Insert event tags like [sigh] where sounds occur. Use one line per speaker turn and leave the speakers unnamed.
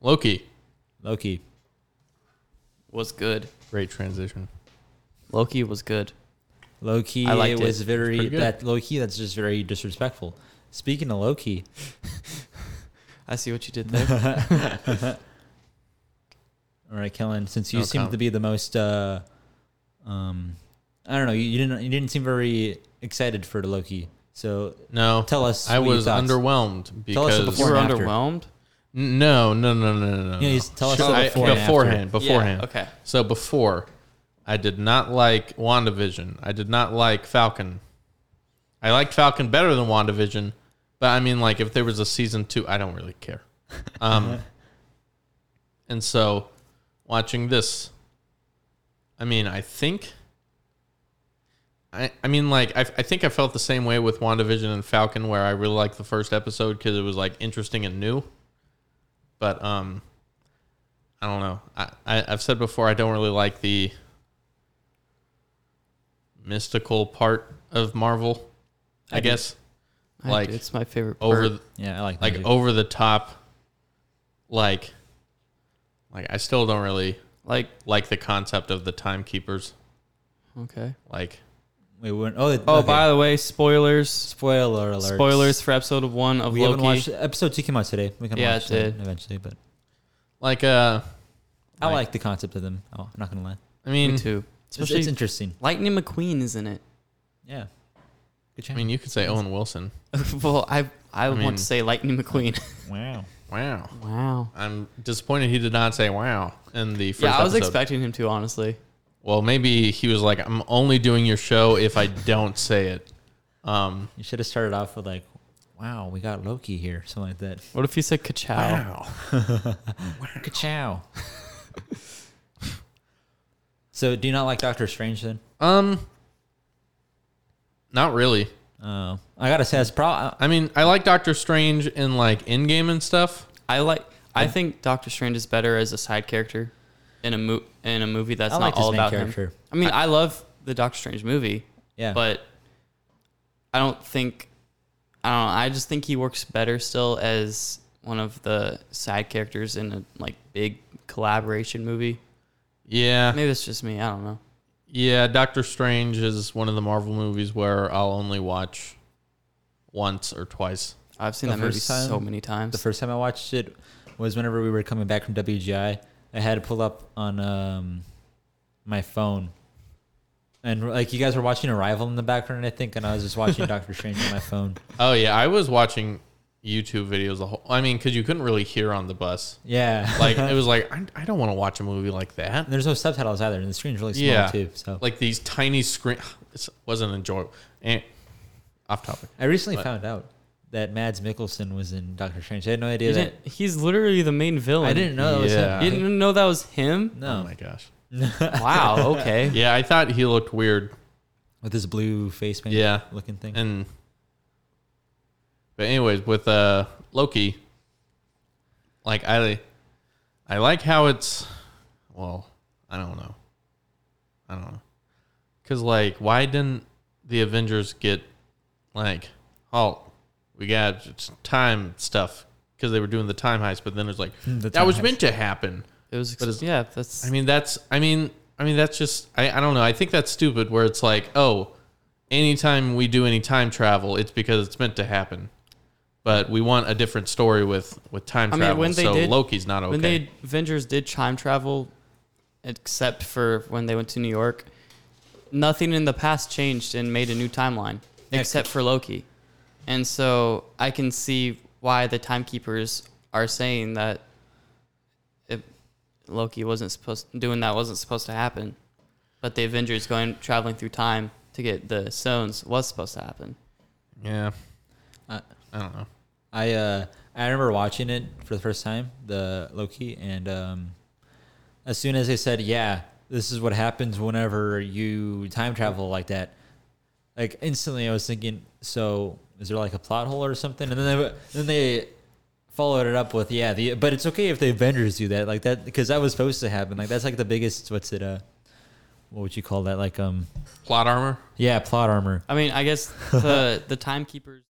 Loki
Loki.
was good.
great transition.
Loki was good.
Loki
I liked
it was
it.
very
pretty good.
that Loki that's just very disrespectful. Speaking of Loki,
I see what you did [laughs] there.
all right, Kellen, since you
No
seem
comment.
to be the most uh um I don't know, you, you didn't you didn't seem very excited for Loki. So
No,
tell us
I
what your
was
thoughts.
underwhelmed because
Tell us the
you
before
were
and after.
underwhelmed.
N- No, no, no, no, no, no.
Yeah,
no.
just tell us
Sure,
the
I-
before and after.
beforehand.
Yeah,
Beforehand.
okay.
So before, I did not like WandaVision. I did not like Falcon. I liked Falcon better than WandaVision, but I mean, like, if there was a season two, I don't really care. Um, and so, watching this, I mean, I think. I, I mean, like, I, I think I felt the same way with WandaVision and Falcon, where I really liked the first episode because it was, like, interesting and new. But, um, I don't know. I, I, I've said before, I don't really like the mystical part of Marvel, I,
I do.
guess.
I
Like,
do. it's my favorite. Part.
Over,
Yeah, I like
like, oh.
that.
over the top, like, like, I still don't really
like
like the concept of the timekeepers.
okay.
Like,
Wait, we're, oh, it-
Oh,
okay.
by the way, spoilers.
spoiler alert.
Spoilers for episode one of
We
Loki.
haven't watched episode two came out today. We can
Yeah,
watch
it
that
did.
eventually, but
like, uh,
I
Like-
like the concept of them. Oh, I'm not gonna lie,
I mean,
Me too.
It's- it's,
Especially
interesting.
Lightning McQueen is in it.
Yeah, good
I
chance.
mean, you could say Owen Wilson.
[laughs] well, I I,
mean-
want to say Lightning McQueen.
wow.
Wow.
[laughs] wow.
I'm disappointed he did not say wow in the first
Yeah, I was
episode.
expecting him to honestly.
Well, maybe he was like, "I'm only doing your show if I don't say it." Um,
You should have started off with like, "Wow, we got Loki here," something like that.
What if he said Kachow?
Ka-chow. [laughs] so, do you not like Doctor Strange then?
um, not really.
Uh, I gotta say, it's probably
I mean, I like Doctor Strange in like in game and stuff.
I like. I think Doctor Strange is better as a side character in a mo- in a movie that's
I
not
like his
all
main
about him.
character.
I mean, I, love the Doctor Strange movie,
yeah.
but I don't think I don't. know. I just think he works better still as one of the side characters in a like big collaboration movie.
Yeah,
Maybe it's just me. I don't know.
yeah. Doctor Strange is one of the Marvel movies where I'll only watch once or twice.
I've seen
The
that movie
first time-
so many times.
the first time I watched it was whenever we were coming back from WGI. I had to pull up on um, my phone, and like you guys were watching Arrival in the background, I think, and I was just
[laughs]
watching Doctor Strange on my phone.
Oh yeah, I was watching YouTube videos the whole. I mean, because you couldn't really hear on the bus.
Yeah,
Like it was like I, I don't want to watch a movie like that.
there's no subtitles either, and the screen's really small too. So
like these tiny screen. [sighs] This wasn't enjoyable. And off topic.
I recently found out that Mads Mikkelsen was in Doctor Strange. I had no idea
You
that.
didn't- he's literally the main villain.
I didn't know that was
Yeah.
him.
You didn't know that was
[laughs]
him?
Oh
No,
my gosh.
Wow.
[laughs]
Okay.
Yeah, I thought he looked weird,
with his blue face paint,
Yeah.
looking thing.
and but anyways, with uh Loki, like I, I like how it's. Well, I don't know. I don't know, cause like, why didn't the Avengers get like halt? We got it's time stuff because they were doing the time heist, but then there's like
The
that
time
was
heist.
meant to happen.
It was.
But it's-
yeah. That's.
I mean, that's. I mean, I mean, that's just. I, I don't know. I think that's stupid. Where it's like, oh, anytime we do any time travel, it's because it's meant to happen. But we want a different story with with time
I mean,
travel.
when they
so
did-
Loki's not okay.
when they Avengers did time travel, except for when they went to New York, nothing in the past changed and made a new timeline
Yeah,
except for Loki. And so I can see why the timekeepers are saying that it, Loki wasn't supposed doing that wasn't supposed to happen, but the Avengers going traveling through time to get the stones was supposed to happen.
yeah.
Uh,
I-
I don't know.
I uh I remember watching it for the first time, the Loki, and um as soon as they said, Yeah, this is what happens whenever you time travel like that, like instantly I was thinking, so is there like a plot hole or something? And then they then they followed it up with yeah, the but it's okay if the Avengers do that, like that because that was supposed to happen. Like that's like the biggest what's it uh what would you call that? Like um
Plot armor.
yeah, plot armor.
I mean, I guess the the timekeepers